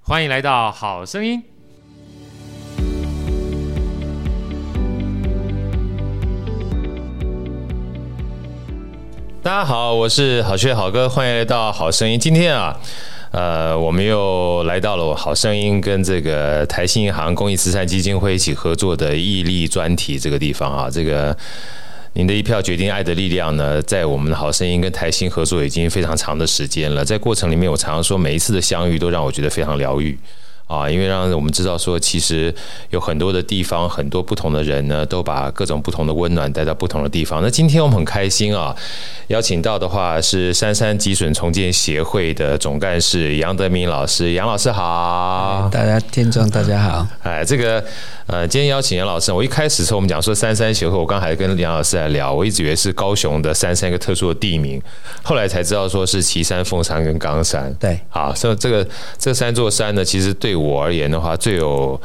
欢迎来到《好声音》。大家好，我是好学好哥，欢迎来到《好声音》。今天啊，呃，我们又来到了《好声音》跟这个台新银行公益慈善基金会一起合作的毅力专题这个地方啊，这个。您的一票决定爱的力量呢，在我们的好声音跟台新合作已经非常长的时间了。在过程里面，我常常说，每一次的相遇都让我觉得非常疗愈啊，因为让我们知道说，其实有很多的地方，很多不同的人呢，都把各种不同的温暖带到不同的地方。那今天我们很开心啊，邀请到的话是杉杉脊髓重建协会的总干事杨德明老师，杨老师好。大家听众大家好，哎，这个呃，今天邀请杨老师，我一开始的时候我们讲说三三协会，我刚还跟杨老师在聊，我一直以为是高雄的三三一个特殊的地名，后来才知道说是岐山、凤山跟冈山。对，好，所以这个这三座山呢，其实对我而言的话，最有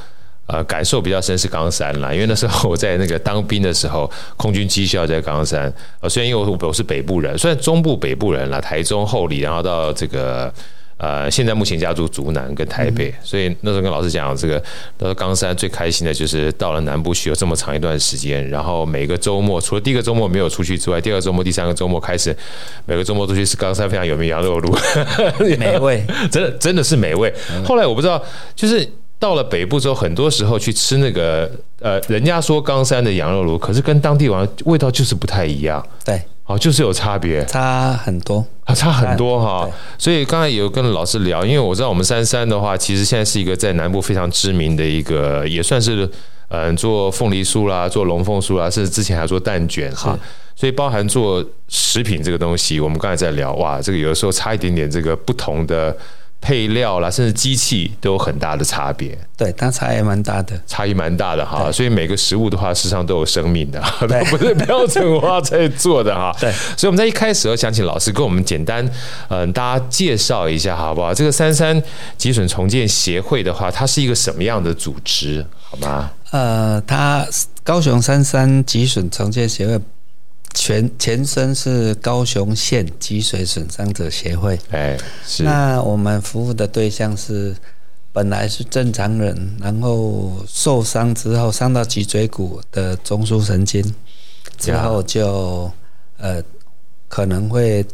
呃感受比较深是冈山啦，因为那时候我在那个当兵的时候，空军机校在冈山，呃，虽然因为我我是北部人，虽然中部北部人啦，台中后里，然后到这个。呃，现在目前家住竹南跟台北，所以那时候跟老师讲，这个那时候冈山最开心的就是到了南部去有这么长一段时间，然后每个周末除了第一个周末没有出去之外，第二个周末、第三个周末开始，每个周末都去吃冈山非常有名的羊肉炉， 美味，真的真的是美味。后来我不知道，就是到了北部之后，很多时候去吃那个呃，人家说冈山的羊肉炉，可是跟当地玩味道就是不太一样，对，哦，就是有差别，差很多，啊，差很多哈。所以刚才也有跟老师聊，因为我知道我们三三的话，其实现在是一个在南部非常知名的一个，也算是嗯、做凤梨酥啦，做龙凤酥啦，甚至之前还做蛋卷哈。所以包含做食品这个东西，我们刚才在聊，哇，这个有的时候差一点点，这个不同的配料啦，甚至机器都有很大的差别，对，它差也蛮大的，差异蛮大的哈。所以每个食物的话，事实上都有生命的， 都不是标准化在做的哈。 对所以我们在一开始要想请老师跟我们简单，嗯、大家介绍一下好不好？这个三三脊髓重建协会的话，它是一个什么样的组织，好吗？呃，它高雄三山脊髓重建协会全前身是高雄县脊髓损伤者协会，哎，是那我们服务的对象是本来是正常人，然后受伤之后伤到脊椎骨的中枢神经，之后就呃可能会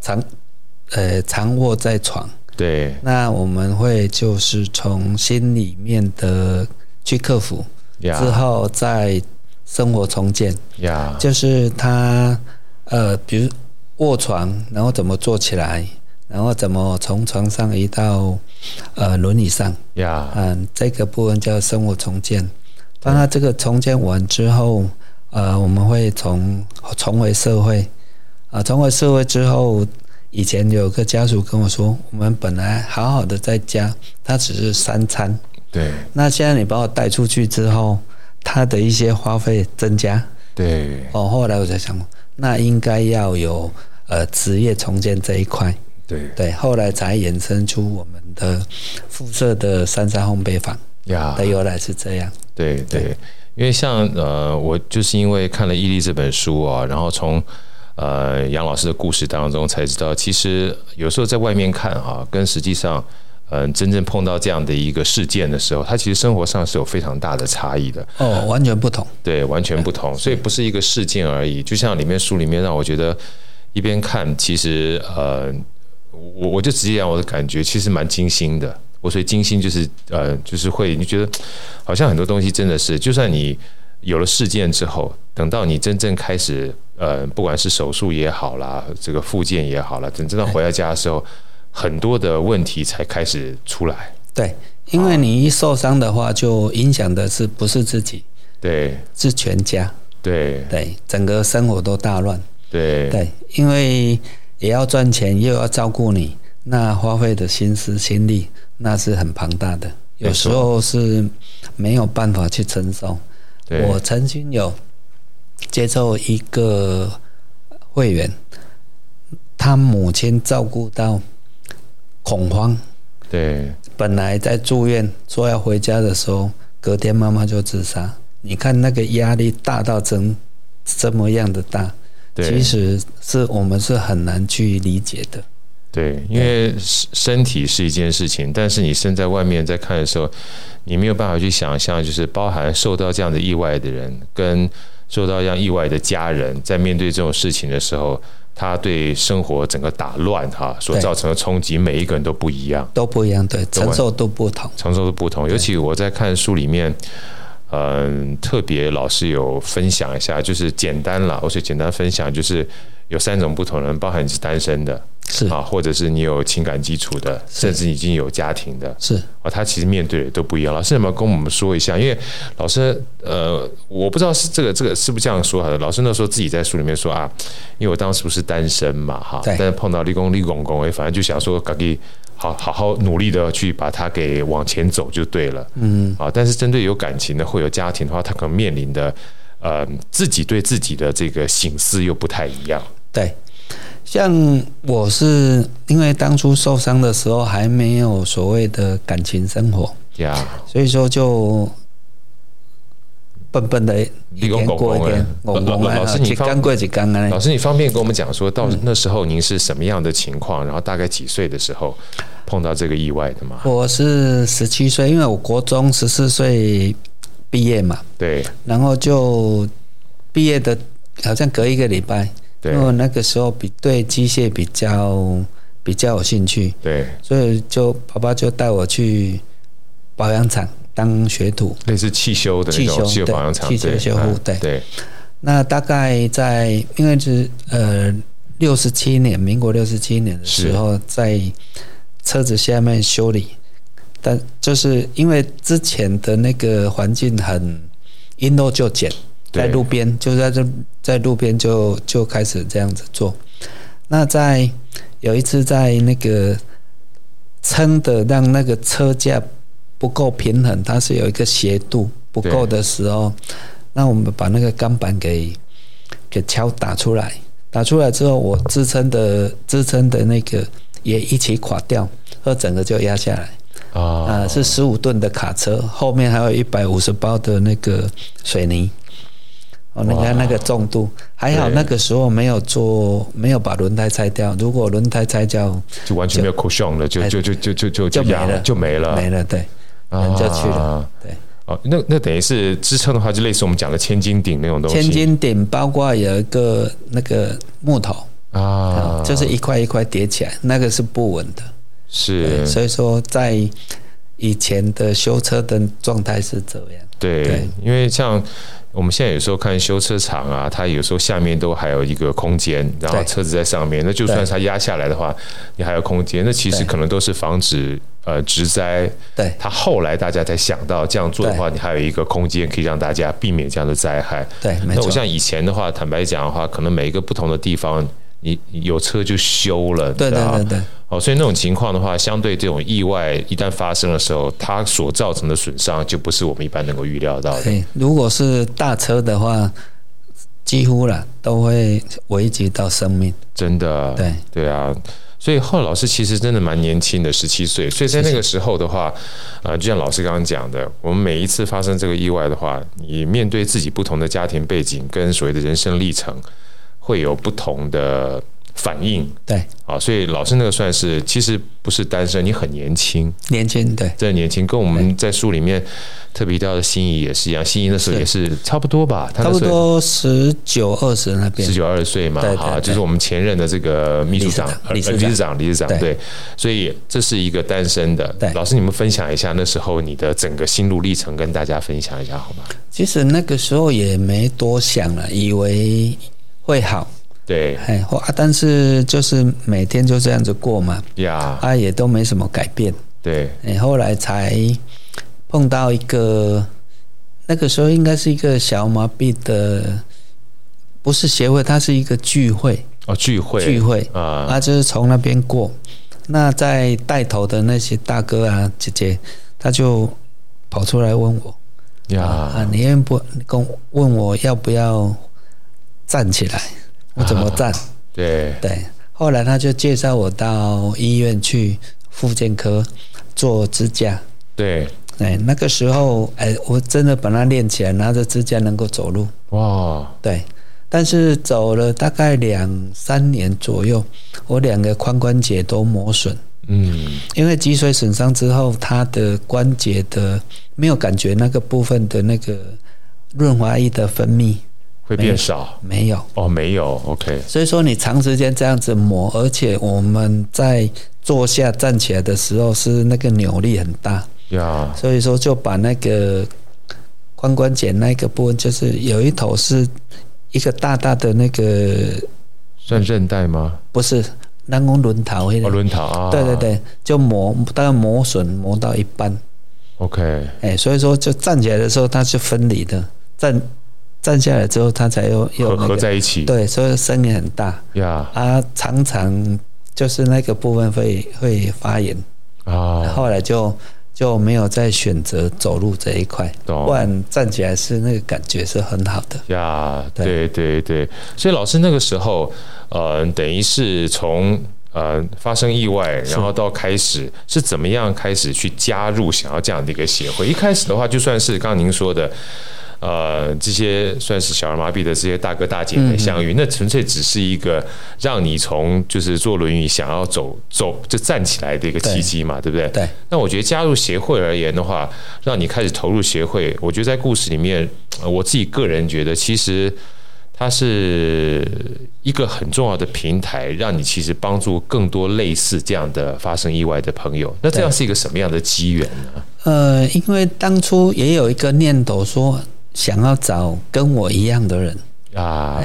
长呃长卧在床。对那我们会就是从心里面的去克服，之呀后再生活重建，呀，就是他呃，比如卧床，然后怎么坐起来，然后怎么从床上移到呃轮椅上，呀嗯，这个部分叫生活重建。当他这个重建完之后，呃，我们会从重回社会，啊、重回社会之后，以前有个家属跟我说，我们本来好好的在家，他只是三餐，对那现在你把我带出去之后，他的一些花费增加，对哦，后来我才想，那应该要有呃职业重建这一块，对对，后来才衍生出我们的辐射的三山烘焙坊。呀的由来是这样。对对，因为像呃，我就是因为看了《毅力》这本书啊，然后从呃杨老师的故事当中才知道，其实有时候在外面看啊，跟实际上嗯、真正碰到这样的一个事件的时候，它其实生活上是有非常大的差异的。哦，完全不同。对，完全不同，所以不是一个事件而已。就像里面书里面让我觉得，一边看，其实呃，我我就直接讲我的感觉，其实蛮惊心的。我所以惊心就是呃，就是会你觉得好像很多东西真的是，就算你有了事件之后，等到你真正开始呃，不管是手术也好啦，这个复健也好啦，等真的回到家的时候，很多的问题才开始出来。对，因为你一受伤的话，就影响的是不是自己，对是全家，对对，整个生活都大乱。对对，因为也要赚钱，又要照顾你，那花费的心思心力，那是很庞大的，有时候是没有办法去承受。对，我曾经有接受一个会员，他母亲照顾到恐慌，对本来在住院说要回家的时候，隔天妈妈就自杀。你看那个压力大到怎这么样的大，对，其实是我们是很难去理解的。对，因为身身体是一件事情，但是你身在外面在看的时候，你没有办法去想象，就是包含受到这样的意外的人，跟受到这样意外的家人，在面对这种事情的时候，他对生活整个打乱哈所对造成的冲击，每一个人都不一样。都不一样，对，完承受度不同。承受的不同。尤其我在看书里面，嗯、特别老师有分享一下，就是简单啦，我是简单分享，就是有三种不同的人，包含你是单身的是啊，或者是你有情感基础的，甚至已经有家庭的是，啊，他其实面对的都不一样。老师有没有跟我们说一下？因为老师呃，我不知道是这个这个是不是这样说好的。老师那时候自己在书里面说啊，因为我当时不是单身嘛哈，对但是碰到立功立公公哎，反正就想说赶紧好好好努力的去把它给往前走就对了。嗯啊，但是针对有感情的或有家庭的话，他可能面临的呃自己对自己的这个醒思又不太一样。对。像我是因为当初受伤的时候还没有所谓的感情生活，呀，所以说就笨笨的一天过一天，你讲懵讲哎老懵老老啊，师你一放天过一天啊老。师，你方便跟我们讲说到嗯那时候您是什么样的情况，然后大概几岁的时候碰到这个意外的吗？我是十七岁，因为我国中十四岁毕业嘛，对然后就毕业的，好像隔一个礼拜，对因为那个时候比对机械比较比较有兴趣，对，所以就爸爸就带我去保养厂当学徒。类似汽修的那种汽汽修修保养厂，对汽修修护对嗯对对那大概在因为是呃六十七年，民国六十七年的时候，在车子下面修理，但就是因为之前的那个环境很因陋就简，对在路边就在这在路边就就开始这样子做。那在有一次在那个撑的让那个车架不够平衡，它是有一个斜度不够的时候，那我们把那个钢板给给敲打出来，打出来之后，我支撑的支撑的那个也一起垮掉，和整个就压下来。啊啊，是十五吨的卡车，后面还有一百五十包的那个水泥。哦，你看那个重度，还好对那个时候没有做，没有把轮胎拆掉。如果轮胎拆掉，就完全没有 cushion 了，就哎就就就就就就没压了就没了，没了，对，人就去了。啊对，哦，那那等于是支撑的话，就类似我们讲的千斤顶那种东西，千斤顶包括有一个那个木头，啊，就是一块一块叠起来，那个是不稳的。对，是，所以说在以前的修车的状态是这样。对对，因为像我们现在有时候看修车厂啊，它有时候下面都还有一个空间，然后对车子在上面，那就算它压下来的话，你还有空间，那其实对可能都是防止呃植栽。对，它后来大家才想到这样做的话，你还有一个空间可以让大家避免这样的灾害。对，没那我错。像以前的话，坦白讲的话，可能每一个不同的地方，你你有车就修了，对你知对道对对，哦，所以那种情况的话，相对这种意外一旦发生的时候，它所造成的损伤就不是我们一般能够预料到的。对，如果是大车的话，几乎啦都会危及到生命。真的，对对啊。所以后来老师其实真的蛮年轻的，十七岁。所以在那个时候的话，呃，就像老师刚刚讲的，我们每一次发生这个意外的话，你面对自己不同的家庭背景跟所谓的人生历程，会有不同的反应对，啊。所以老师那个算是其实不是单身，你很年轻，年轻对真的年轻，跟我们在书里面特别提到的心仪也是一样，心仪那时候也是差不多吧，他差那不时候多十九二十那边十。九二十岁嘛，对对哈，对就是我们前任的这个秘书长、呃理理事长事长、理事长，对对，所以这是一个单身的对。老师，你们分享一下那时候你的整个心路历程，跟大家分享一下好吗？其实那个时候也没多想了，以为会好，对哎，或啊，但是就是每天就这样子过嘛，呀，啊，也都没什么改变。对哎，后来才碰到一个，那个时候应该是一个小麻痹的，不是协会，它是一个聚会，哦，聚会聚会啊，啊，就是从那边过。那在带头的那些大哥啊、姐姐，他就跑出来问我啊呀，，你愿不跟问我要不要站起来？我怎么站？对对，后来他就介绍我到医院去复健科做支架。对，哎，那个时候，哎，我真的把它练起来，拿着支架能够走路。哇，对，但是走了大概两三年左右，我两个髋关节都磨损。嗯因为脊髓损伤之后，它的关节的没有感觉那个部分的那个润滑液的分泌会变少没有，哦，没有 OK，所以说你长时间这样子磨，而且我们在坐下站起来的时候是那个扭力很大，呀，所以说就把那个髋关节那个部分，就是有一头是一个大大的那个算韧带吗？不是南宫轮桃那哦，个，轮桃啊，对对对，就磨大概磨损磨到一半。 ，OK，哎、所以说就站起来的时候它是分离的，站站下来之后它才又又合那合个，在一起，对，所以声音很大呀啊，常常就是那个部分会会发炎，啊，后来就就没有再选择走路这一块，懂不然站起来是那个感觉是很好的，呀，对对对对，所以老师那个时候，呃，等于是从呃发生意外，然后到开始是怎么样开始去加入想要这样的一个协会？一开始的话，就算是刚刚您说的。呃，这些算是小儿麻痹的这些大哥大姐们相遇，那纯粹只是一个让你从就是坐轮椅想要走走就站起来的一个契机嘛，对不对？对。那我觉得加入协会而言的话，让你开始投入协会，我觉得在故事里面，呃我自己个人觉得，其实它是一个很重要的平台，让你其实帮助更多类似这样的发生意外的朋友。那这样是一个什么样的机缘呢？呃，因为当初也有一个念头说想要找跟我一样的人啊，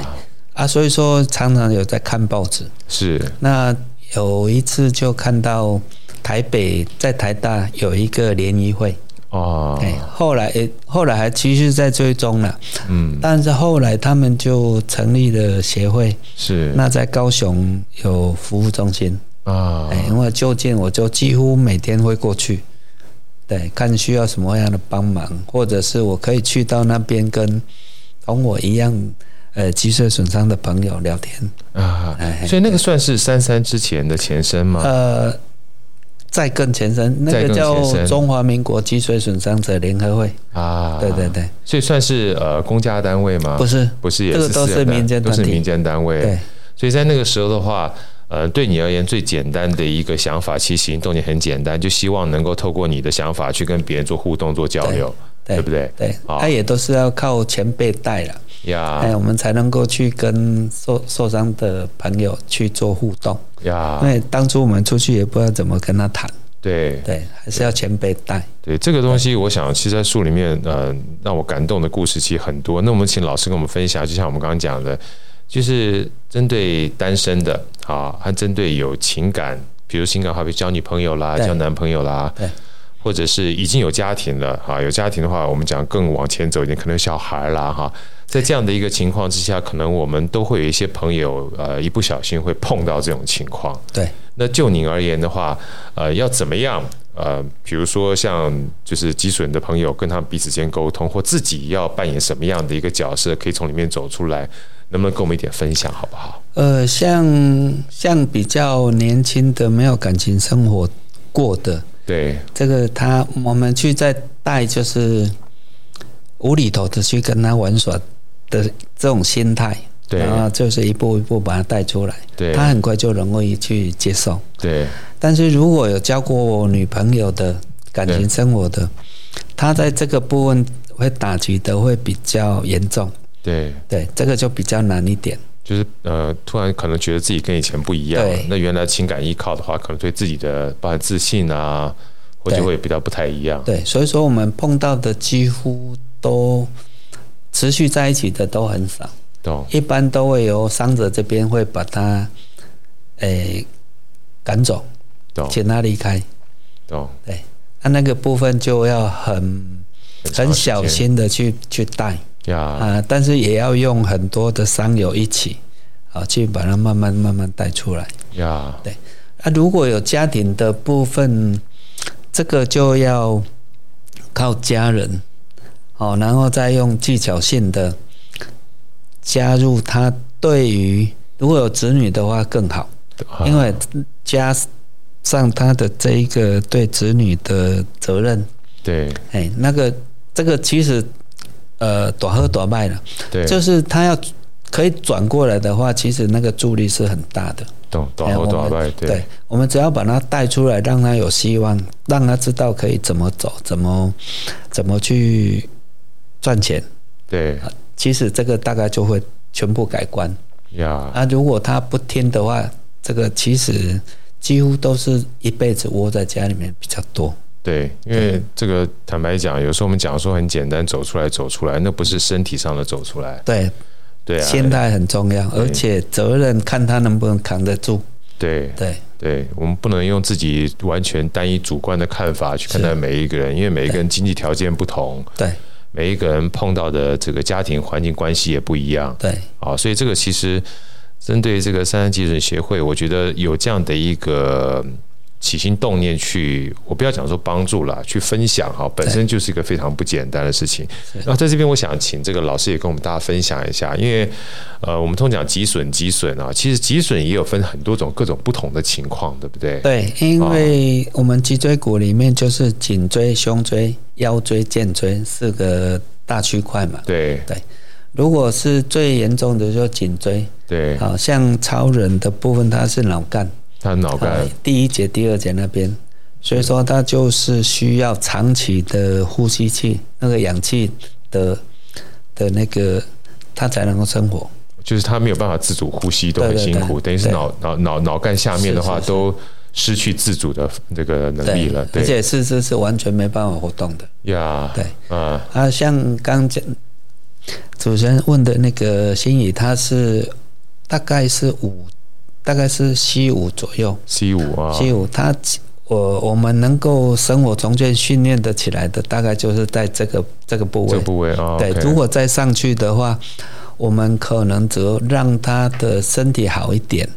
啊，所以说常常有在看报纸。是那有一次就看到台北在台大有一个联谊会，哦，哎、后来诶后来还继续在追踪了，嗯，但是后来他们就成立了协会，是那在高雄有服务中心，啊哎、，因为就近我就几乎每天会过去。对，看需要什么样的帮忙，或者是我可以去到那边跟同我一样，呃，脊髓损伤的朋友聊天。啊哎，所以那个算是三三之前的前身吗？呃，再更前身，那再个更叫前身中华民国脊髓损伤者联合会。啊，呃对对，对，所以算是呃公家单位吗？不是，不是，也这个是都私是人单民间都团是体民间单位。对，所以在那个时候的话，呃，对你而言最简单的一个想法，其实行动也很简单，就希望能够透过你的想法去跟别人做互动、做交流，对不对？对，啊他也都是要靠前辈带了，呀哎，我们才能够去跟受受伤的朋友去做互动。因呀，为当初我们出去也不知道怎么跟他谈，对对，还是要前辈带。对，这个东西，我想其实在书里面，呃，让我感动的故事其实很多。那我们请老师跟我们分享，就像我们刚刚讲的，就是针对单身的啊，还针对有情感，比如情感，好比交女朋友啦，对交男朋友啦对，或者是已经有家庭了哈、啊，有家庭的话，我们讲更往前走一点，可能有小孩啦哈、在这样的一个情况之下，可能我们都会有一些朋友，呃，一不小心会碰到这种情况。对，那就您而言的话，呃，要怎么样？呃，比如说像就是积损的朋友跟他们彼此间沟通，或自己要扮演什么样的一个角色，可以从里面走出来，能不能跟我们一点分享，好不好？呃，像像比较年轻的没有感情生活过的，对，这个他我们去再带就是无厘头的去跟他玩耍的这种心态，对然后就是一步一步把他带出来，对他很快就容易去接受。对，但是如果有交过我女朋友的感情生活的，他在这个部分会打击的会比较严重，对，对，这个就比较难一点，就是呃，突然可能觉得自己跟以前不一样了对，那原来情感依靠的话，可能对自己的包含自信啊，或者对会比较不太一样。对，所以说我们碰到的几乎都持续在一起的都很少。懂？一般都会由伤者这边会把他，诶、赶走，懂？请他离开。懂？对，那那个部分就要很很长小时间心的去去带呀，啊，但是也要用很多的伤友一起啊，去把它慢慢慢慢带出来。呀，啊，如果有家庭的部分，这个就要靠家人，哦，然后再用技巧性的加入他对于如果有子女的话更好，啊因为加上他的这一个对子女的责任，对哎，那个这个其实呃，短喝短卖了，对，就是他要可以转过来的话，其实那个助力是很大的。懂懂好懂好哎我拜们，对，我们只要把它带出来，让他有希望，让他知道可以怎么走，怎么怎么去赚钱。对其实这个大概就会全部改观。呀，啊，如果他不听的话，这个其实几乎都是一辈子窝在家里面比较多。对，因为这个坦白讲，有时候我们讲说很简单，走出来走出来，那不是身体上的走出来，对，对啊，心态很重要，而且责任看他能不能扛得住。对对，对，我们不能用自己完全单一主观的看法去看待每一个人，因为每一个人经济条件不同，对，每一个人碰到的这个家庭环境关系也不一样。对，啊，所以这个其实针对这个三三基准协会，我觉得有这样的一个起心动念去，我不要讲说帮助啦，去分享哈，本身就是一个非常不简单的事情。那在这边，我想请这个老师也跟我们大家分享一下，因为呃，我们通讲极损极损啊，其实极损也有分很多种各种不同的情况，对不对？对，因为哦我们脊椎骨里面就是颈椎、胸椎、腰椎、肩椎四个大区块嘛。对如果是最严重的，就是颈椎，对，好像超人的部分，它是脑干，他的脑啊干第一节、第二节那边，所以说它就是需要长期的呼吸器，那个氧气的的那个，它才能够生活。就是他没有办法自主呼吸，都很对对辛苦，对等于是对脑脑脑脑干下面的是话是是都失去自主的这个能力了，而对且四肢是完全没办法活动的。呀，对啊，啊，像刚讲主持人问的那个心仪，他是大概是五，大概是 C 五左右。 c 五啊， C 五，他我我们能够生活中间训练的起来的，大概就是在这个这个部这位个。部位啊，对 OK 如果再上去的话，我们可能只有让他的身体好一点，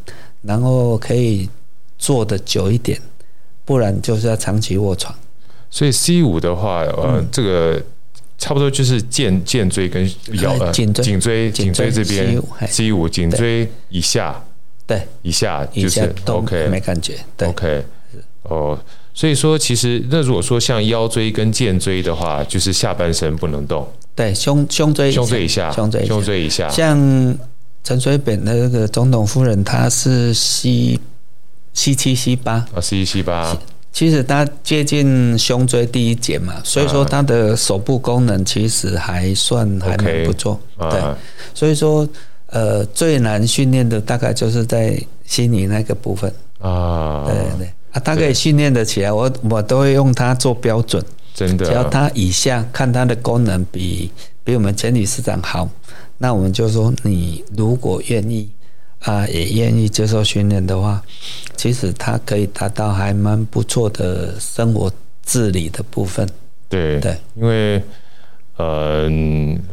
然后可以坐的久一点，不然就是要长期卧床。所以 C 五的话，呃，嗯这个差不多就是肩肩椎跟腰呃呃颈椎颈椎颈颈椎椎这边 C5 嘿 C 五颈椎以下对，以下一就下是动 OK 没感觉。对 OK 哦。所以说，其实那如果说像腰椎跟肩椎的话，就是下半身不能动，对，胸胸椎胸椎以下，胸椎以下胸椎以下，像陈水扁的那个总统夫人，她是 C C 七 C 八，啊，四一七八，其实她接近胸椎第一节嘛，所以说她的手部功能其实还算还 OK 蛮不错。对，啊，所以说呃最难训练的大概就是在心理那个部分。啊，对对对。啊，它可以训练的起来，我我都会用它做标准，真的，只要它以下看它的功能比比我们前理市长好，那我们就说你如果愿意啊、也愿意接受训练的话，其实它可以达到还蛮不错的生活自理的部分。对对，因为呃，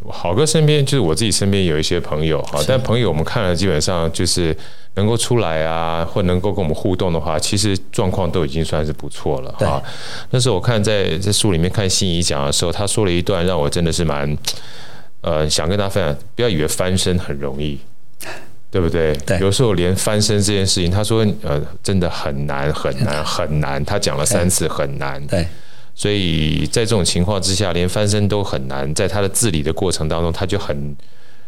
好哥身边就是我自己身边有一些朋友哈，但朋友我们看了基本上就是能够出来啊，或能够跟我们互动的话，其实状况都已经算是不错了哈。那时候我看在在书里面看心仪讲的时候，他说了一段让我真的是蛮呃想跟大家分享，不要以为翻身很容易。对不对？对有时候连翻身这件事情，他说呃，真的很难很难很难，他讲了三次很难。对所以在这种情况之下，连翻身都很难。在他的治理的过程当中，他就很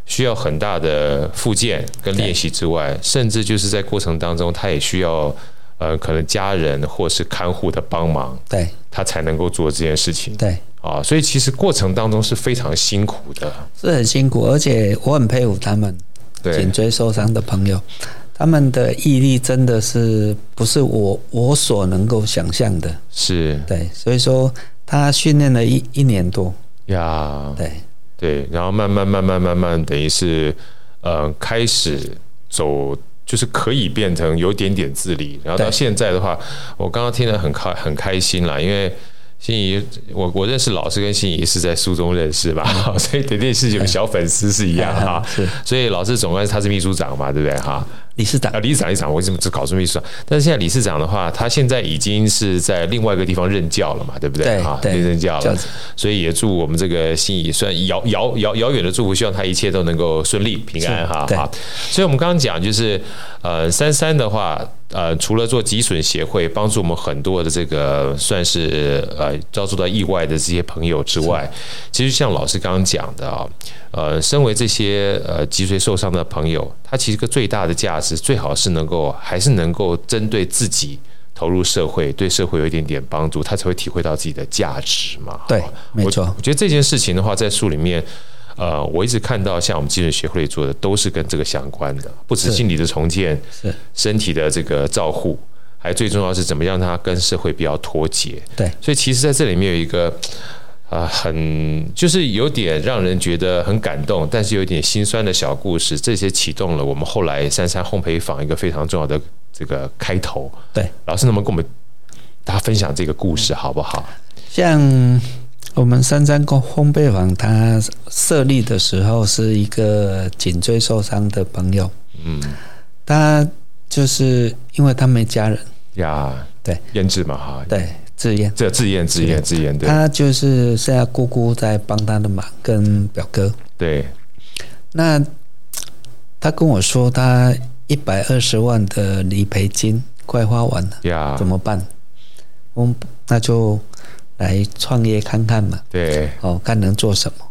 需要很大的复健跟练习之外，甚至就是在过程当中，他也需要呃，可能家人或是看护的帮忙，对他才能够做这件事情对，啊。所以其实过程当中是非常辛苦的，是很辛苦，而且我很佩服他们。对颈椎受伤的朋友，他们的毅力真的是不是我我所能够想象的。是对，所以说他训练了一一年多，呀，对对，然后慢慢慢慢慢慢，等于是呃开始走，就是可以变成有点点自理。然后到对现在的话，我刚刚听得很开很开心啦，因为。心仪，我我认识老师跟心仪是在书中认识吧， 所以点点是你们小粉丝是一样哈。 是所以老师总归他是秘书长嘛，对不对哈？理事长啊，，理事长，理事长，我怎么只搞出秘书长？但是现在理事长的话，他现在已经是在另外一个地方任教了嘛，对不对啊，对任教教了职，所以也祝我们这个心仪，虽然遥遥遥遥远的祝福，希望他一切都能够顺利平安哈。对好，所以我们刚刚讲就是，呃，三三的话，呃，除了做脊损协会帮助我们很多的这个算是呃遭受到意外的这些朋友之外，其实像老师刚刚讲的啊，呃，身为这些呃脊髓受伤的朋友，他其实个最大的价值，最好是能够还是能够针对自己投入社会，对社会有一点点帮助，他才会体会到自己的价值嘛。对哈，没错啊我。我觉得这件事情的话，在书里面。呃，我一直看到像我们脊髓协会做的都是跟这个相关的，不止是心理的重建，是身体的这个照护，还最重要是怎么让它跟社会比较脱节。对，所以其实在这里面有一个啊、呃很就是有点让人觉得很感动，但是有点心酸的小故事，这些启动了我们后来三三烘焙坊一个非常重要的这个开头。对，老师能不能跟我们大家分享这个故事好不好？像我们三山工烘焙坊，它设立的时候是一个颈椎受伤的朋友，嗯，他就是因为他没家人，呀，对，验制嘛哈，对，自愿，这自验自验自验，对他就是现在姑姑在帮他的忙，跟表哥。对，那他跟我说，他一百二十万的理赔金快花完了，呀怎，么办？我们那就来创业看看嘛，对，哦，看能做什么。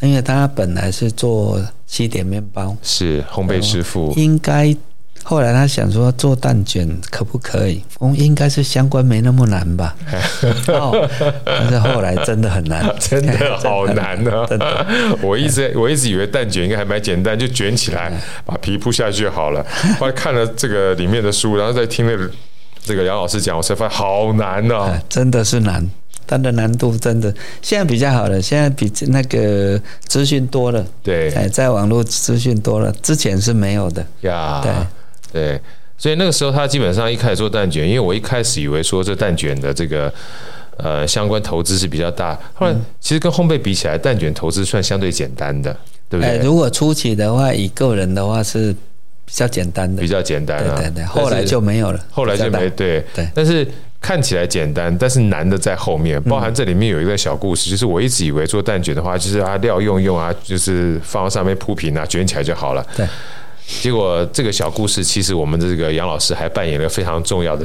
因为他本来是做西点面包，是烘焙师傅，，应该后来他想说做蛋卷可不可以？我们应该是相关没那么难吧。哦，但是后来真的很难 真的好难呢、真的。 我一直我一直以为蛋卷应该还蛮简单，就卷起 来把皮铺下去就好了。后来看了这个里面的书，然后再听了这个杨老师讲，我才发现好难呢、啊，真的是难，它的难度真的现在比较好了，现在比那个资讯多了，对哎，在网络资讯多了，之前是没有的。呀，对。所以那个时候，他基本上一开始做蛋卷，因为我一开始以为说这蛋卷的这个呃相关投资是比较大，后来其实跟烘焙比起来，蛋卷投资算相对简单的，对不哎，对？如果初期的话，以个人的话是比较简单的比，较简单对啊。对对，但是后来就没有了，后来就比较没大对对但是看起来简单，但是难的在后嗯面，包含这里面有一个小故事，就是我一直以为做蛋卷的话，就是啊料用用啊，就是放到上面铺平啊，卷起来就好了。对。结果这个小故事，其实我们的这个杨老师还扮演了非常重要的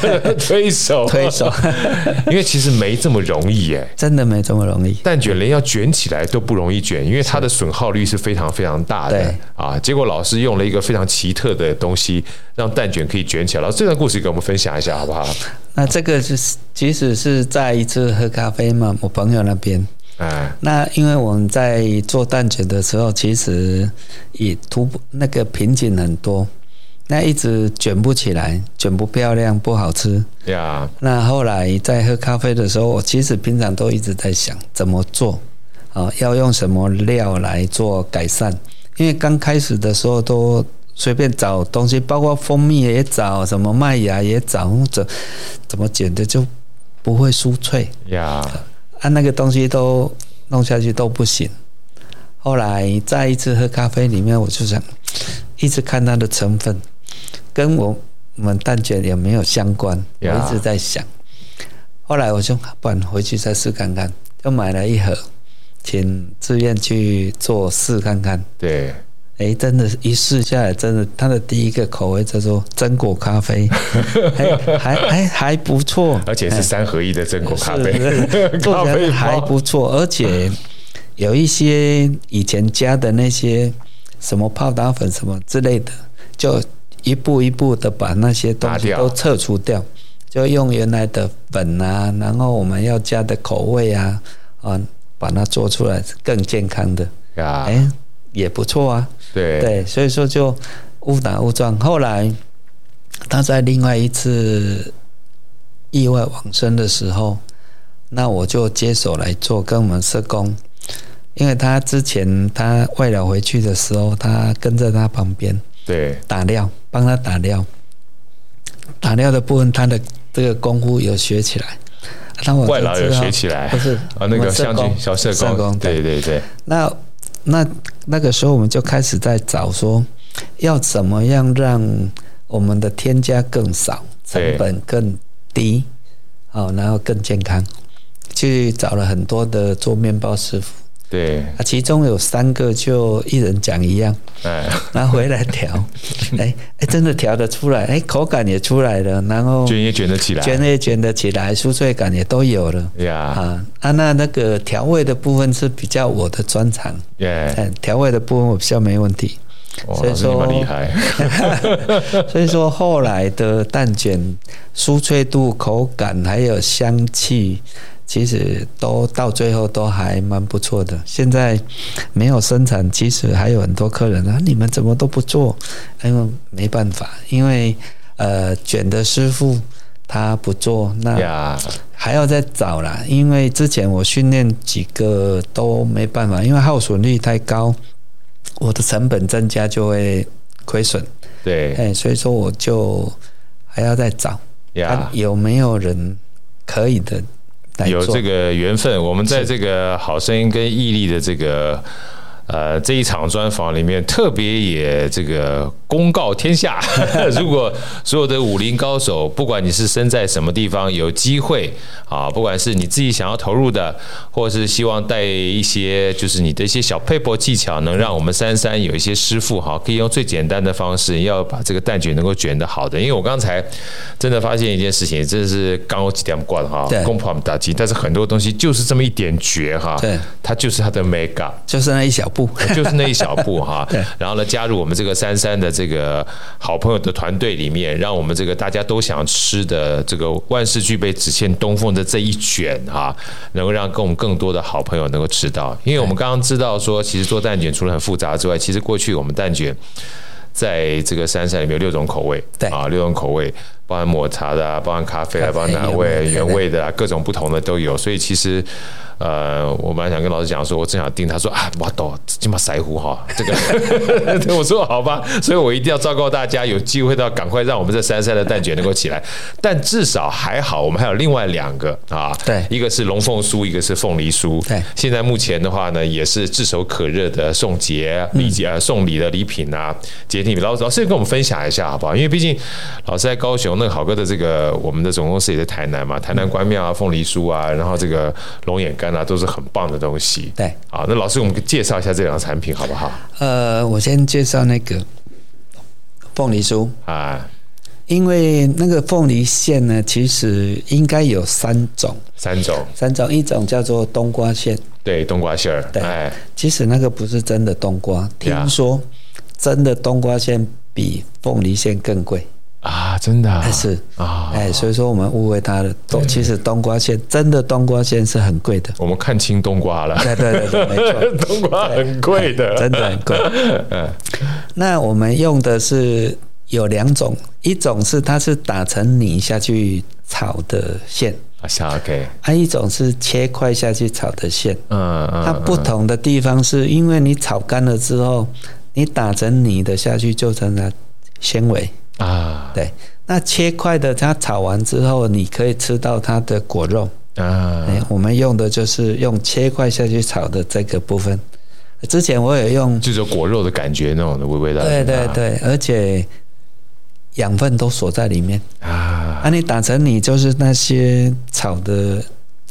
这个 推手，推手， 因为其实没这么容易耶、真的没这么容易。蛋卷连要卷起来都不容易卷，因为它的损耗率是非常非常大的对啊。结果老师用了一个非常奇特的东西，让蛋卷可以卷起来。老师这段故事给我们分享一下好不好？那这个就是，即使是在一次喝咖啡嘛，我朋友那边，哎，那因为我们在做蛋卷的时候，其实也突破那个瓶颈很多，那一直卷不起来，卷不漂亮，不好吃。呀，那后来在喝咖啡的时候，我其实平常都一直在想怎么做，啊，要用什么料来做改善。因为刚开始的时候都随便找东西，包括蜂蜜也找，什么麦芽也找，怎怎么卷的就不会酥脆。呀，啊，那个东西都弄下去都不行。后来在一次喝咖啡里面，我就想一直看它的成分，跟我我们蛋卷有没有相关我呀一直在想。后来我就不然回去再试看看，就买了一盒，请自愿去做试看看。对，哎，真的，一试下来，真的，它的第一个口味叫做榛果 咖啡，还还还还不错，而且是三合一的榛果咖啡 是，做咖起啡来还包不错，而且有一些以前加的那些什么泡打粉什么之类的，就一步一步的把那些东西拿掉都撤除掉，就用原来的粉啊，然后我们要加的口味啊，啊，把它做出来更健康的，呀哎、，也不错啊。对，对，所以说就误打误撞。后来他在另外一次意外往生的时候，那我就接手来做，跟我们社工，因为他之前他外劳回去的时候，他跟在他旁边对，打料，帮他打料，打料的部分他的这个功夫有学起来。那我外就劳知有道学起来不是啊，那哦我个们社相工君小社社工，工对对对，那那那个时候我们就开始在找说，要怎么样让我们的添加更少，成对本更低，哦，然后更健康。去找了很多的做面包师傅，对，啊，其中有三个就一人讲一样，哎，拿回来调，哎哎，真的调得出来，哎，口感也出来了，然后卷也卷得起来，卷也哦卷得起来，酥脆感也都有了。呀，啊啊，那那个调味的部分是比较我的专长，耶，哎，调味的部分我比较没问题， 哇，所以老师你说蛮厉 害，所以说后来的蛋卷酥脆度、口感还有香气，其实都到最后都还蛮不错的。现在没有生产，其实还有很多客人啊，你们怎么都不做？因为没办法，因为呃卷的师傅他不做，那呀，还要再找啦，因为之前我训练几个都没办法，因为耗损率太高，我的成本增加就会亏损，对，哎，所以说我就还要再找，看呀。有没有人可以的来有做。这个缘分，我们在是这个好声音跟毅力的这个呃这一场专访里面，特别也这个公告天下， 如果所有的武林高手，不管你是身在什么地方，有机会啊，不管是你自己想要投入的，或是希望带一些就是你的一些小配搏技巧，能让我们三三有一些师傅哈，可以用最简单的方式，要把这个蛋卷能够卷得好的。因为我刚才真的发现一件事情，真的是刚我几点挂的哈，对公跑打击，但是很多东西就是这么一点绝哈，对，它就是它的 make up。就是那一小 步，就是那一小步哈 对。然后呢，加入我们这个三三的这个好朋友的团队里面，让我们这个大家都想吃的这个万事俱备只欠东风的这一卷哈，能够让跟我们更多的好朋友能够吃到。因为我们刚刚知道说，其实做蛋卷除了很复杂之外，其实过去我们蛋卷。在这个三三里面有六种口味，对啊，六种口味，包含抹茶的、啊，包含咖啡啊，咖啡包含奶原味、味原味的啊，各种不同的都有。所以其实，呃，我本来想跟老师讲说，我正想订，他说啊，我懂，金马腮胡哈，这个， 对我说好吧，所以我一定要昭告大家，有机会的话赶快让我们这三三的蛋卷能够起来。但至少还好，我们还有另外两个啊，对一个是龙凤酥，一个是凤梨酥，对现在目前的话呢，也是炙手可热的送节嗯礼节呃送礼的礼品啊，节礼品。老老师也跟我们分享一下好不好？因为毕竟老师在高雄，那个好哥的这个我们的总公司也在台南嗯嘛，台南关庙啊、凤梨酥啊，然后这个龙眼干啊，都是很棒的东西。对，好，那老师我们介绍一下这两个产品好不好？呃，我先介绍那个凤梨酥，啊，因为那个凤梨馅呢，其实应该有三种，三种，三种，一种叫做冬瓜馅，对，冬瓜馅儿，对哎，其实那个不是真的冬瓜，呀听说真的冬瓜馅比凤梨馅更贵，啊，真的啊但是，啊，，哎，所以说我们误会它了。冬其实冬瓜馅真的冬瓜馅是很贵的我们看清冬瓜了，对对对对，没错， 冬瓜很贵的，真的很贵。嗯，那我们用的是有两种，一种是它是打成泥下去炒的馅，啊，下 OK，还、一种是切块下去炒的馅。嗯嗯，它不嗯同的地方是因为你炒干了之后，你打成泥的下去就成了纤维。啊对，那切块的它炒完之后，你可以吃到它的果肉。啊哎，我们用的就是用切块下去炒的这个部分。之前我也用，就是有果肉的感觉那种的微微的，对对对，而且养分都锁在里面。啊，啊，你打成泥就是那些炒的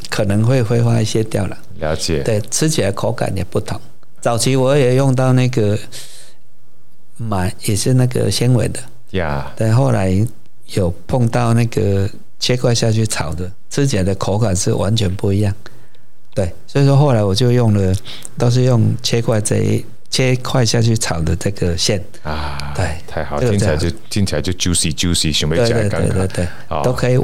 可能会挥发一些掉了，了解，对，吃起来口感也不同。早期我也用到那个买也是那个纤维的，呀，但后来有碰到那个切块下去炒的，吃起来的口感是完全不一样。对，所以说后来我就用了，都是用切块这一切块下去炒的这个馅，啊，对太好，这个听起来这就听起来就 juicy juicy，熊妹对讲对刚对对刚对，啊都可以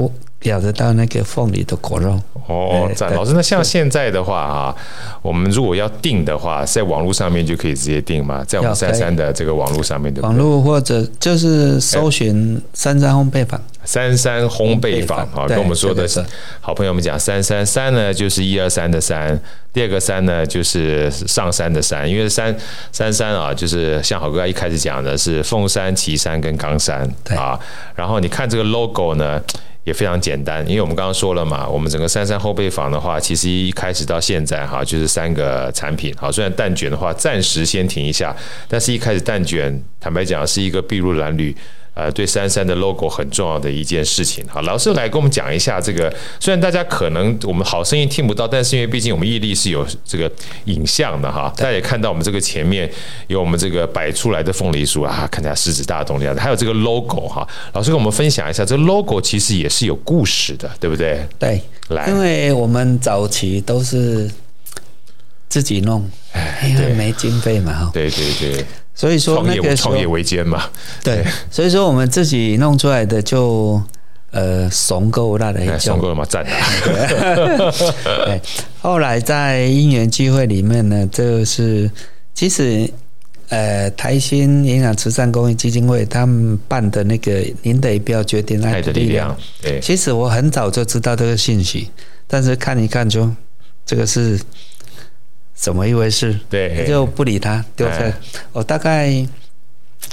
咬得到那个凤梨的果肉。哦，哎赞！对老师，那像现在的话啊，我们如果要订的话，在网络上面就可以直接订嘛，在我们要可以三三的这个网络上面，对不网对？络或者就是搜寻三山烘焙坊，三三烘焙坊啊，对跟我们说的这个好朋友们讲，三三三呢就是一二三的三，第二个三呢就是上山的山，因为三三山啊，就是像好哥一开始讲的是凤山、岐山跟冈山对啊，然后你看这个 logo 呢。也非常简单，因为我们刚刚说了嘛，我们整个三山后备坊的话，其实一开始到现在哈，就是三个产品哈。虽然蛋卷的话暂时先停一下，但是一开始蛋卷，坦白讲是一个筚路蓝缕，呃，对三三的 logo 很重要的一件事情。好，老师来跟我们讲一下这个，虽然大家可能我们好声音听不到，但是因为毕竟我们毅力是有这个影像的哈，大家也看到我们这个前面有我们这个摆出来的凤梨酥啊，看起来狮子大动的样子，还有这个 logo 哈。老师跟我们分享一下，这 logo 其实也是有故事的，对不对？对，来因为我们早期都是自己弄，因为没经费嘛哈，哎对对对，所以说创那业个时候创业维艰嘛，对，所以说我们自己弄出来的就呃怂够那的哎，一上 种。过了嘛，赞的，对，后来在因缘聚会里面呢，就是其实呃台新营养慈善公益基金会他们办的那个“您的一票决定哎爱 爱的的力力量量，对”，其实我很早就知道这个信息，但是看一看就这个是怎么一回事，对，就不理他，丢哎在。我大概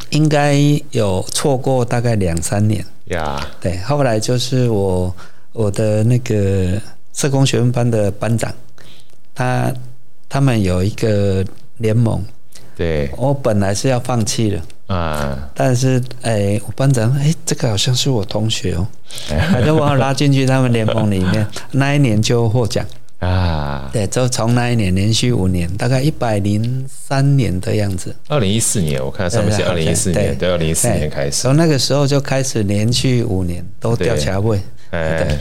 应该有错过大概两三年。呀，对，后来就是我我的那个社工学院班的班长，他他们有一个联盟，对我本来是要放弃的，啊，但是哎，我班长哎，这个好像是我同学哦，哎他就把我拉进去他们联盟里 面，那一年就获奖，啊，对，就从那一年连续五年，大概一百零三年的样子，二零一四年，我看上面写二对零一四哎对年，对，二零一四对年开始，从那个时候就开始连续五年都掉对卡位，哎，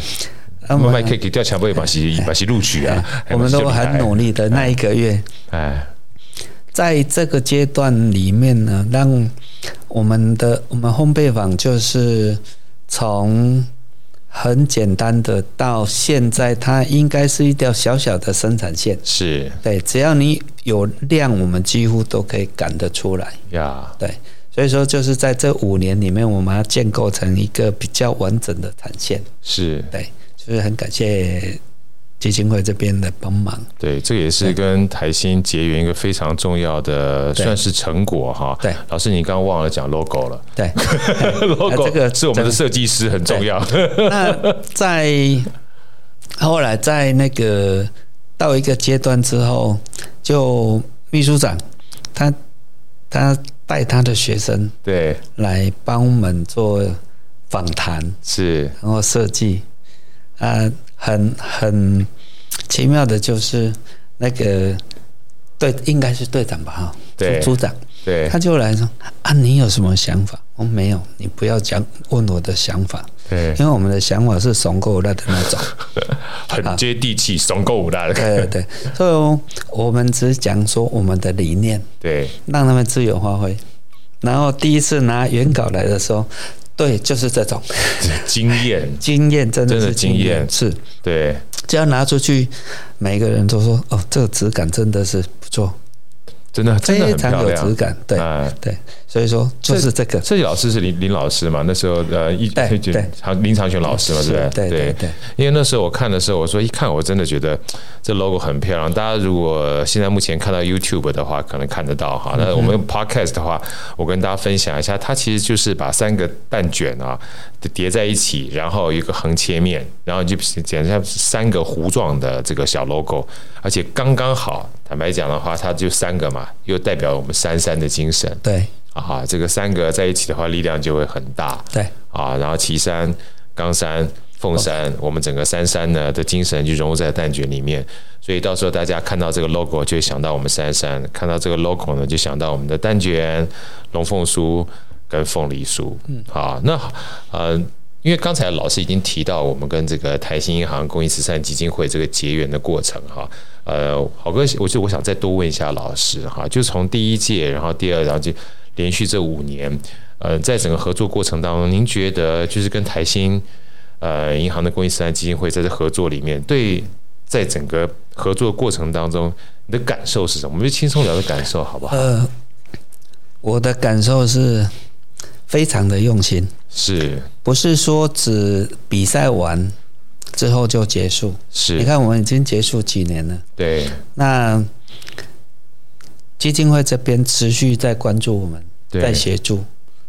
那慢我慢们可以掉墙，不把其把其录取啊，哎我们都很努，嘛力的那一个月。是就厉害哎，在这个阶段里面呢，让我们的我们烘焙坊就是从很简单的到现在，它应该是一条小小的生产线。是对，只要你有量，我们几乎都可以赶得出来。呀，对，所以说就是在这五年里面，我们要建构成一个比较完整的产线。是对，就是很感谢基金会这边的帮忙。对，这也是跟台新结缘一个非常重要的，对算是成果哈。对，老师，你刚刚忘了讲 logo 了对， ，logo 这个是我们的设计师很重要。那在后来在那个到一个阶段之后，就秘书长他他带他的学生 对，来帮我们做访谈，是然后设计，啊，很很奇妙的就是那个队应该是队长吧哈，对组组长对他就来说啊，你有什么想法？我、说没有，你不要讲问我的想法。 对，因为我们的想法是怂够了的那 种，很接地气，怂够武大的。啊对对对，所以我们只讲说我们的理念，对，让他们自由发挥。然后第一次拿原稿来的时候，对，就是 这种经验，经验，真的真是的经验是对只要拿出去，每个人都说哦，这个质感真的是不错，真的真的非很常漂有质亮。感，对啊，对，所以说就是这个，设计老师是林林老师嘛？那时候呃，一对就对长林长雄老师嘛，是对不对对对对。因为那时候我看的时候，我说一看我真的觉得这 logo 很漂亮。大家如果现在目前看到 YouTube 的话，可能看得到哈。那我嗯们 Podcast 的话，我跟大家分享一下，它其实就是把三个蛋卷啊叠在一起，然后有一个横切面，然后你就简直像三个弧状的这个小 logo，而且刚刚好。坦白讲的话，它就三个嘛，又代表我们三三的精神。对啊哈，这个三个在一起的话，力量就会很大对啊。然后岐山、冈山、凤山，我们整个三山呢的精神就融入在蛋卷里面，所以到时候大家看到这个 logo 就会想到我们三山，看到这个 logo 呢就想到我们的蛋卷、龙凤酥跟凤梨酥。嗯，好，那呃。因为刚才老师已经提到我们跟这个台新银行公益慈善基金会这个结缘的过程哈，呃，好哥，我就我想再多问一下老师哈，就从第一届，然后第二，然后就连续这五年，呃，在整个合作过程当中，您觉得就是跟台新呃银行的公益慈善基金会在这合作里面，对在整个合作过程当中，你的感受是什么？我们就轻松聊的感受好不好？呃，我的感受是非常的用心。是不是说只比赛完之后就结束。你是，看，我们已经结束几年了，对那基金会这边持续在关注我们，在对协助，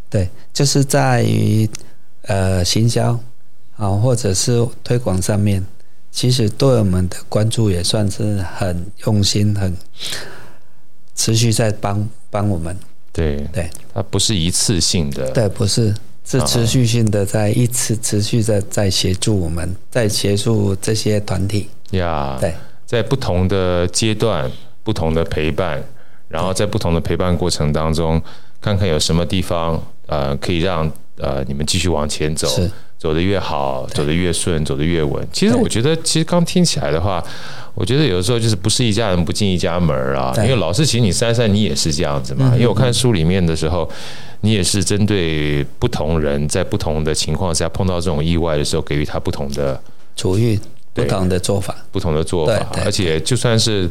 对，就是在于呃行销啊，或者是推广上面，其实对我们的关注也算是很用心，很持续在帮帮我们。对对，它不是一次性的，对，不是是持续性的在一次持续的在协助我们，在协助这些团体。呀对，在不同的阶段、不同的陪伴，然后在不同的陪伴过程当中，看看有什么地方呃可以让呃你们继续往前走，是走得越好，走得越顺，走得越稳。其实我觉得，其实刚听起来的话，我觉得有的时候就是不是一家人不进一家门儿啊。因对嗯为老师，其实你珊珊你也是这样子嘛，因为我看书里面的时候。你也是针对不同人，在不同的情况下碰到这种意外的时候，给予他不同的处遇不对同的做法，不同的做法，对对而且就算是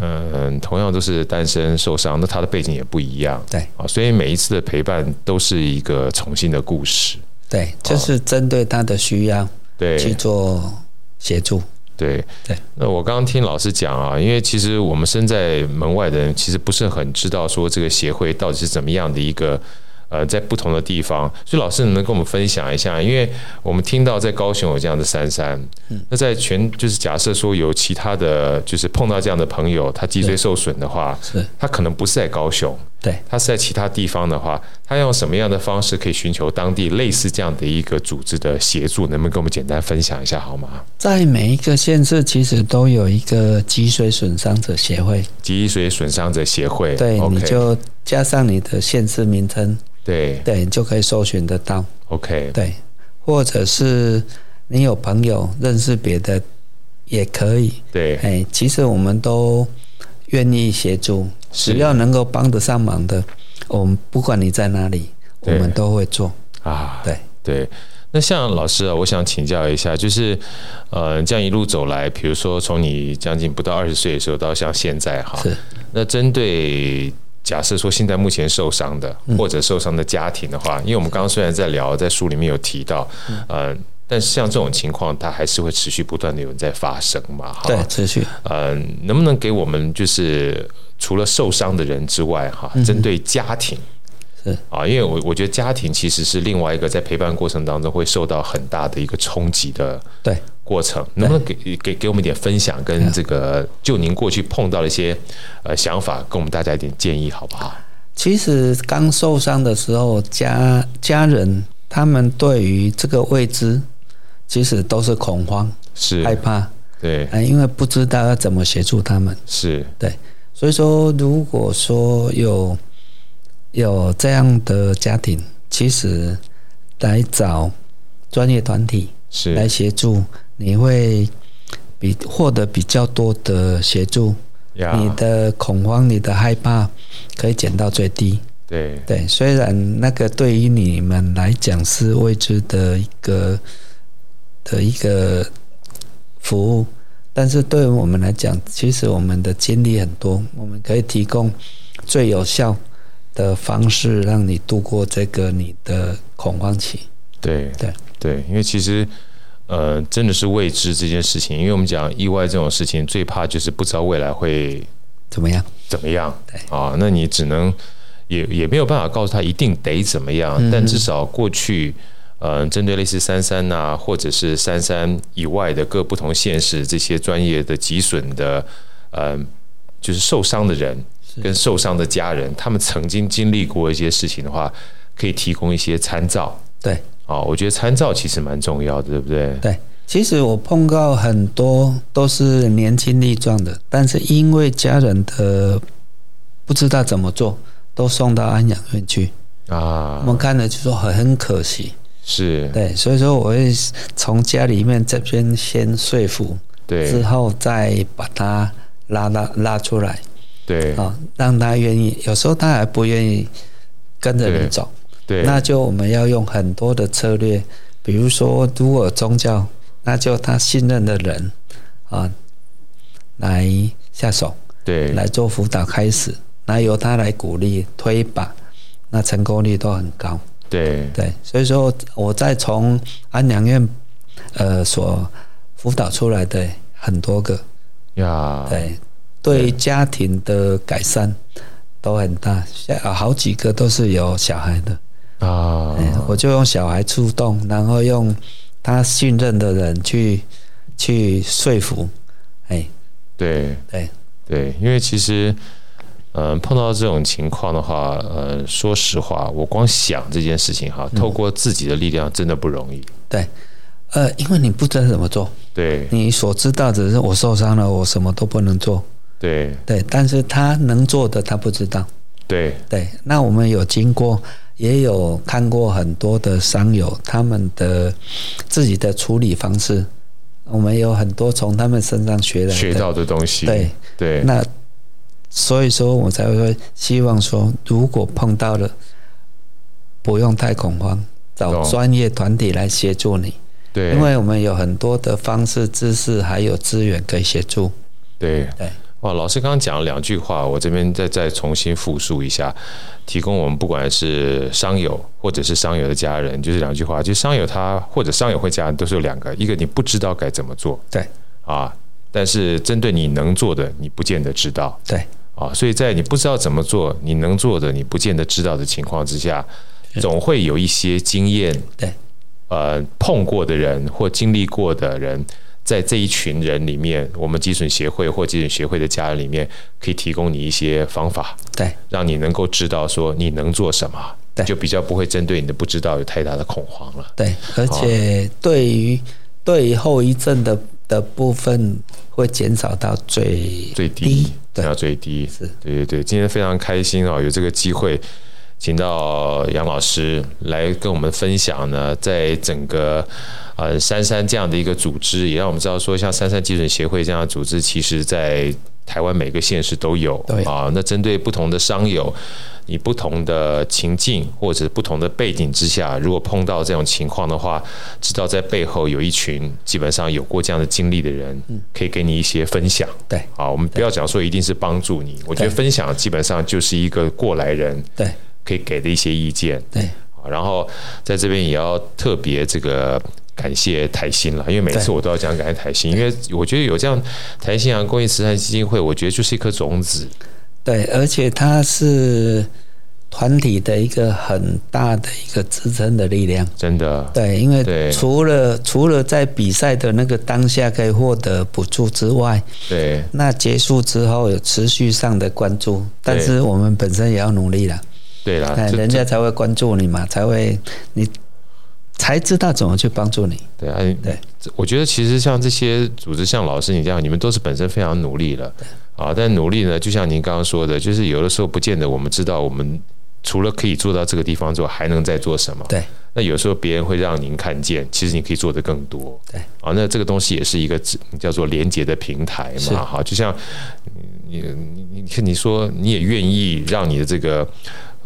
嗯、同样都是单身受伤，那他的背景也不一样，对啊，所以每一次的陪伴都是一个重新的故事，对，就是针对他的需要去对做协助。对对。那我刚刚听老师讲啊，因为其实我们身在门外的人，其实不是很知道说这个协会到底是怎么样的一个。呃，在不同的地方，所以老师能不能跟我们分享一下，因为我们听到在高雄有这样的珊珊，嗯那在全就是假设说有其他的，就是碰到这样的朋友，他脊椎受损的话，是他可能不是在高雄，对，他是在其他地方的话，他用什么样的方式可以寻求当地类似这样的一个组织的协助？能不能跟我们简单分享一下好吗？在每一个县市其实都有一个脊髓损伤者协会，脊髓损伤者协会，对 o k 你就加上你的县市名称，对对，你就可以搜寻得到。 ，OK，对，或者是你有朋友认识别的也可以。对，哎，其实我们都愿意协助，是只要能够帮得上忙的，我们不管你在哪里，我对们都会做。啊，对对。那像老师啊，我想请教一下，就是，呃，这样一路走来，比如说从你将近不到二十岁的时候到像现在哈，是那针对假设说现在目前受伤的嗯或者受伤的家庭的话，因为我们刚刚虽然在聊，在书里面有提到，嗯呃，但是像这种情况，它还是会持续不断的有人在发生嘛，哈对，持续呃，能不能给我们就是除了受伤的人之外，哈，针对家庭。嗯是啊，因为我我觉得家庭其实是另外一个在陪伴过程当中会受到很大的一个冲击的对。过程，能不能给给给我们一点分享，跟这个就您过去碰到的一些呃想法，跟我们大家一点建议，好不好？其实刚受伤的时候，家家人他们对于这个未知，其实都是恐慌、是，害怕，对，哎，因为不知道要怎么协助他们。是，所以说，如果说有有这样的家庭，其实来找专业团体来是，协助，你会比获得比较多的协助，你呀，的恐慌、你的害怕可以减到最低。对，对，虽然那个对于你们来讲是未知的一个的一个服务，但是对于我们来讲，其实我们的经历很多，我们可以提供最有效的方式，让你度过这个你的恐慌期。对对对，因为其实呃，真的是未知这件事情，因为我们讲意外这种事情，最怕就是不知道未来会怎么样？怎么样对啊，那你只能也也没有办法告诉他一定得怎么样，嗯但至少过去。嗯，针对类似三三呐、或者是三三以外的各不同县市这些专业的脊损的，嗯，就是受伤的人跟受伤的家人，他们曾经经历过一些事情的话，可以提供一些参照。对，啊、我觉得参照其实蛮重要的，对不对？对，其实我碰到很多都是年轻力壮的，但是因为家人的不知道怎么做，都送到安养院去。啊我，们看了就说很很可惜，是，对，所以说我会从家里面这边先说服，之对，后再把他拉拉拉出来对，啊、让他愿意。有时候他还不愿意跟着你走，对，那就我们要用很多的策略，比如说如果有宗教，那就他信任的人啊来下手，对，来做辅导开始，那由他来鼓励推一把，那成功率都很高。对，对，所以说我再从安良院呃所辅导出来的很多个，呀，对，对家庭的改善都很大，像呃好几个都是有小孩的，啊，嗯，我就用小孩触动，然后用他信任的人去去说服，哎，对对对，因为其实，嗯、碰到这种情况的话，呃，说实话，我光想这件事情嗯哈，透过自己的力量真的不容易。对，呃，因为你不知道怎么做，对你所知道只是我受伤了，我什么都不能做。对对，但是他能做的他不知道。对对，那我们有经过，也有看过很多的商友他们的自己的处理方式，我们有很多从他们身上学来的。学到的东西，对，对那所以说我才会说，希望说如果碰到了，不用太恐慌，找懂专业团体来协助你，对，因为我们有很多的方式、知识还有资源可以协助。对对。哇，老师刚刚讲了两句话，我这边再再重新复述一下，提供我们不管是商友或者是商友的家人，就是两句话。其实商友他或者商友会家人都是有两个，一个你不知道该怎么做，对啊，但是针对你能做的，你不见得知道，对啊，所以在你不知道怎么做，你能做的，你不见得知道的情况之下，总会有一些经验，对，呃，碰过的人或经历过的人，在这一群人里面，我们基准协会或基准协会的家人里面，可以提供你一些方法，对，让你能够知道说你能做什么，对就比较不会针对你的不知道有太大的恐慌了。对，而哦且对于对于后遗症的的部分会减少到最最低，对要最低，是对对对。今天非常开心哦，有这个机会，请到杨老师来跟我们分享呢，在整个呃珊珊这样的一个组织，也让我们知道说，像珊珊基准协会这样的组织，其实在台湾每个县市都有对啊。那针对不同的商友，以不同的情境或者不同的背景之下，如果碰到这种情况的话，知道在背后有一群基本上有过这样的经历的人，可以给你一些分享。对啊，我们不要讲说一定是帮助你，我觉得对分享基本上就是一个过来人对可以给的一些意见。对啊然后在这边也要特别这个感谢台新了，因为每次对我都要讲感谢台新，因为我觉得有这样台新啊洋公益慈善基金会，我觉得就是一颗种子。对，而且它是团体的一个很大的一个支撑的力量。真的，对，因对为除了除了在比赛的那个当下可以获得补助之外，对那结束之后有持续上的关注，但是我们本身也要努力了，对啦，哎，这人家才会关注你嘛，才会你才知道怎么去帮助你。对啊，你对这我觉得其实像这些组织，像老师你这样，你们都是本身非常努力了啊。但努力呢，就像您刚刚说的，就是有的时候不见得我们知道我们除了可以做到这个地方之后，还能再做什么。对，那有时候别人会让您看见，其实你可以做得更多。对，啊，那这个东西也是一个指叫做连接的平台是嘛，哈，就像你你你你说你也愿意让你的这个。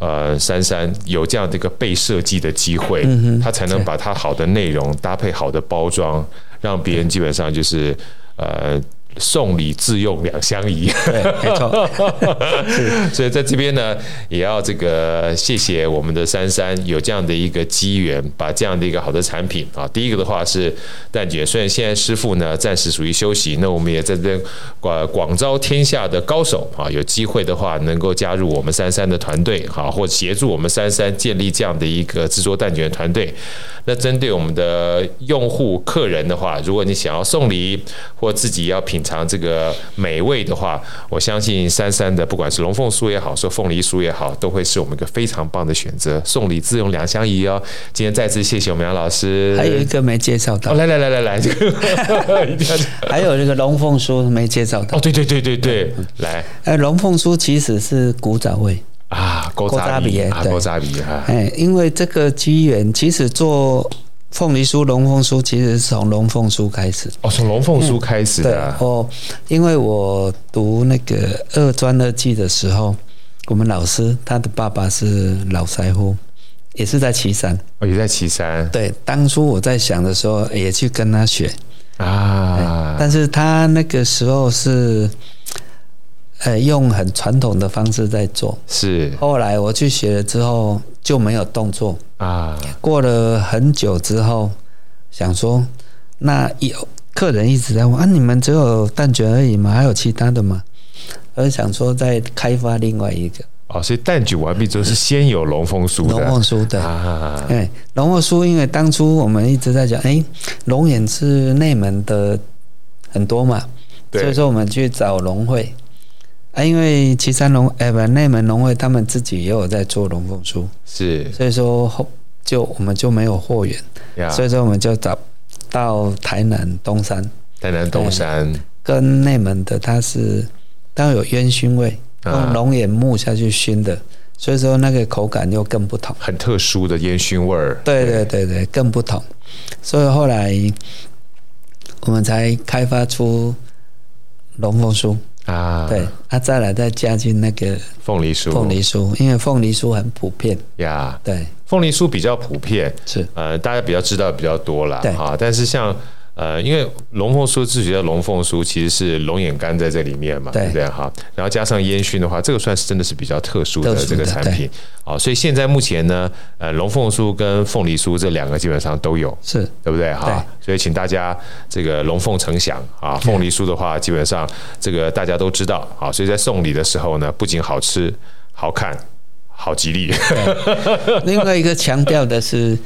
呃，珊珊有这样的一个被设计的机会，嗯哼她才能对把它好的内容搭配好的包装，让别人基本上就是呃送礼自用两相宜。对，没错。 所以在这边呢，也要这个谢谢我们的珊珊有这样的一个机缘，把这样的一个好的产品啊，第一个的话是蛋卷，虽然现在师傅呢暂时属于休息，那我们也在这边广广招天下的高手啊，有机会的话能够加入我们珊珊的团队啊，或协助我们珊珊建立这样的一个制作蛋卷的团队。那针对我们的用户客人的话，如果你想要送礼或自己要品尝这个美味的话，我相信珊珊的不管是龙凤酥也好，说凤梨酥也好，都会是我们一个非常棒的选择。送礼自用两相宜哦。今天再次谢谢我们杨老师，还有一个没介绍哦，到，来来来来来， 这个一定要还有那个龙凤酥没介绍到哦，。对对对对对，来哎，龙凤酥其实是古早味，啊，勾扎扎比比耶啊，对勾扎比啊，哎，因为这个机缘，其实做凤梨酥、龙凤酥其实是从龙凤酥开始。哦，从龙凤酥开始嗯对的啊，哦，因为我读那个二专二技的时候，我们老师他的爸爸是老腮胡，也是在岐山。哦，也在岐山对，当初我在想的时候，也去跟他学，啊，但是他那个时候是，呃，用很传统的方式在做。是后来我去学了之后就没有动作，啊，过了很久之后，想说那有客人一直在问啊，你们只有蛋卷而已吗？还有其他的吗？而想说再开发另外一个哦，所以蛋卷完毕之后是先有龙凤酥的龙凤酥的。啊，哎，龙凤酥，因为当初我们一直在讲，哎，龙眼是内门的很多嘛，对所以说我们去找龙会，啊，因为岐山农哎不内门农会他们自己也有在做龙凤酥，是所以说后就我们就没有货源，呀，所以说我们就找到台南东山台南东山跟内门的，它是它有烟熏味，用啊龙眼木下去熏的，所以说那个口感又更不同。很特殊的烟熏味儿，对对对对，更不同。所以后来我们才开发出龙凤酥，啊，哦对，啊，再来再加进那个凤梨酥，凤梨酥，因为凤梨酥很普遍，呀，对，凤梨酥比较普遍，是呃，大家比较知道比较多啦对，啊，但是像呃，因为龙凤酥自己的龙凤酥其实是龙眼干在这里面嘛，对对不对哈？然后加上烟熏的话，这个算是真的是比较特殊的特殊的这个产品啊，所以现在目前呢，呃，龙凤酥跟凤梨酥这两个基本上都有。是对不对哈？所以请大家这个龙凤呈祥啊，凤梨酥的话，基本上这个大家都知道啊，所以在送礼的时候呢，不仅好吃、好看、好吉利，另外一个强调的是，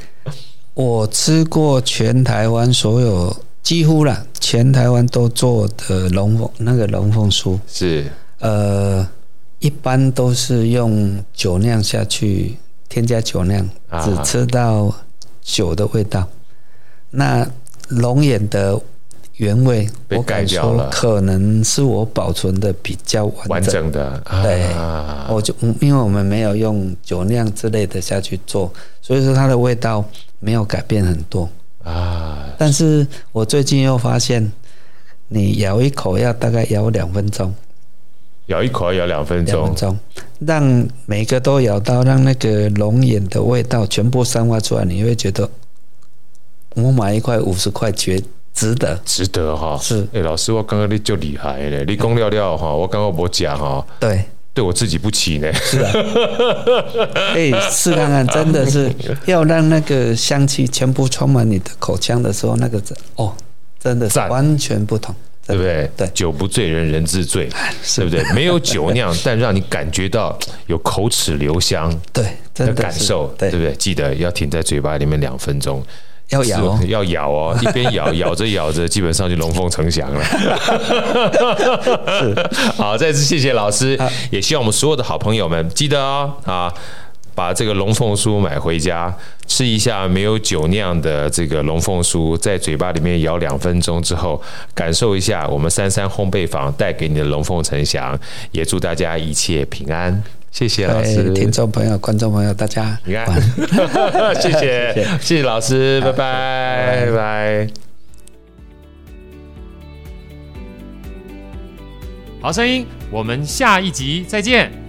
我吃过全台湾所有几乎啦，全台湾都做的龙凤那个龙凤酥， 是呃，一般都是用酒酿下去，添加酒酿，啊只吃到酒的味道。那龙眼的原味，被我盖敢掉说了可能是我保存的比较完整。完整的，对啊、我就嗯因为我们没有用酒酿之类的下去做，所以说它的味道没有改变很多。啊，但是我最近又发现，你咬一口要大概咬两分钟，咬一口要咬两分两钟分，钟，让每个都咬到，让那个龙眼的味道全部散发出来，你会觉得我买一块五十块绝值得。值得哈、是哎、老师，我刚刚你就厉害嘞，你公料料哈，我刚刚我讲哈，对，对我自己不起呢，是啊，可以哎试看看，真的是要让那个香气全部充满你的口腔的时候，那个真哦，真的是赞完全不同，对真不的对？对酒不醉人人自醉，是对不对？没有酒酿，但让你感觉到有口齿留香对，真的的感是受，对不，对？记得要停在嘴巴里面两分钟，要咬哦是，要咬哦， 一边咬咬着咬着，基本上就龙凤呈 祥了。好，再次谢谢老师，也希望我们所有的好朋友们记得哦啊。把这个龙凤酥买回家，吃一下没有酒酿的这个龙凤酥，在嘴巴里面咬两分钟之后，感受一下我们三三烘焙坊带给你的龙凤呈祥。也祝大家一切平安，谢谢老师对，，哎听众朋友、观众朋友，大家你看晚安。， 谢谢，谢谢谢谢老师，拜拜，拜拜。好声音，我们下一集再见。